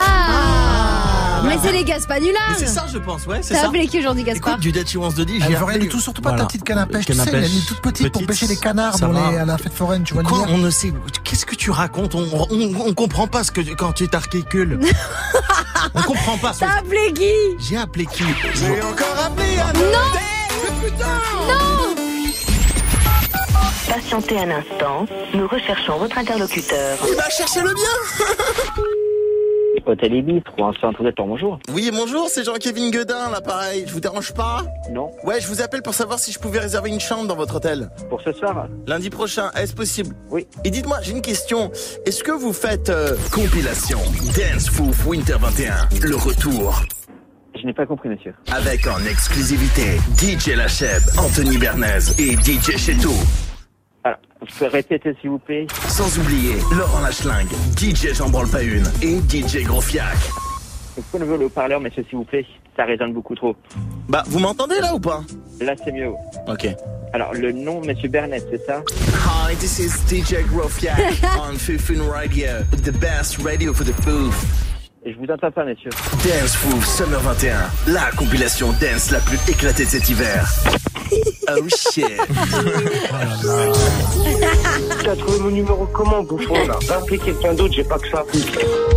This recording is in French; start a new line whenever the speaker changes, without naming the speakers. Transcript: Ah. Mais c'est les Gaspanulas
Ah. Mais C'est ça, je pense, ouais, c'est
T'as
Ah. ça.
appelé qui aujourd'hui, Gaspard
Écoute, du Dutchy Wants de D,
Elle
j'ai
veut rien
appelé-
du tout, surtout pas
Voilà.
ta petite canne à pêche. Tu sais,
Canne à
elle est
pêche.
toute petite, pour
Petite,
pêcher les canards
ça
dans
va.
les- à la fête foraine, tu vois.
Quoi,
l'hiver.
on ne sait. Qu'est-ce que tu racontes on, on, on comprend pas ce que tu- quand tu t'articules. on comprend pas. ce-
T'as appelé qui
J'ai appelé qui
Patientez un instant, nous recherchons votre interlocuteur.
Il va chercher le bien.
Hôtel Ibis, un centre de temps, bonjour.
Oui, bonjour, c'est Jean-Kevin Guedin, là, pareil. Je vous dérange pas
Non,
Ouais, je vous appelle pour savoir si je pouvais réserver une chambre dans votre hôtel.
pour ce soir,
Lundi prochain, est-ce possible
Oui.
Et dites-moi, j'ai une question. Est-ce que vous faites euh, compilation Dance Fouf Winter 21, le retour
je n'ai pas compris, monsieur.
avec en exclusivité DJ Lacheb, Anthony Bernays et DJ Chetou.
Alors, vous pouvez répéter, s'il vous plaît
Sans oublier Laurent Lachlingue, DJ Jean Branle Pas Une et DJ Grofiac.
Vous pouvez lever le haut-parleur, monsieur, s'il vous plaît Ça résonne beaucoup trop.
Bah, vous m'entendez là ou pas
Là, c'est mieux.
Ok.
Alors, le nom, monsieur Bernet, c'est ça
Hi, this is DJ Grofiac on Fufun Radio, the best radio for the Foof.
Je vous entends pas, monsieur.
Dance Foof Summer 21, la compilation dance la plus éclatée de cet hiver. Oh shit.
T'as trouvé mon numéro comment, bouffon, là Va appeler quelqu'un d'autre, j'ai pas que ça.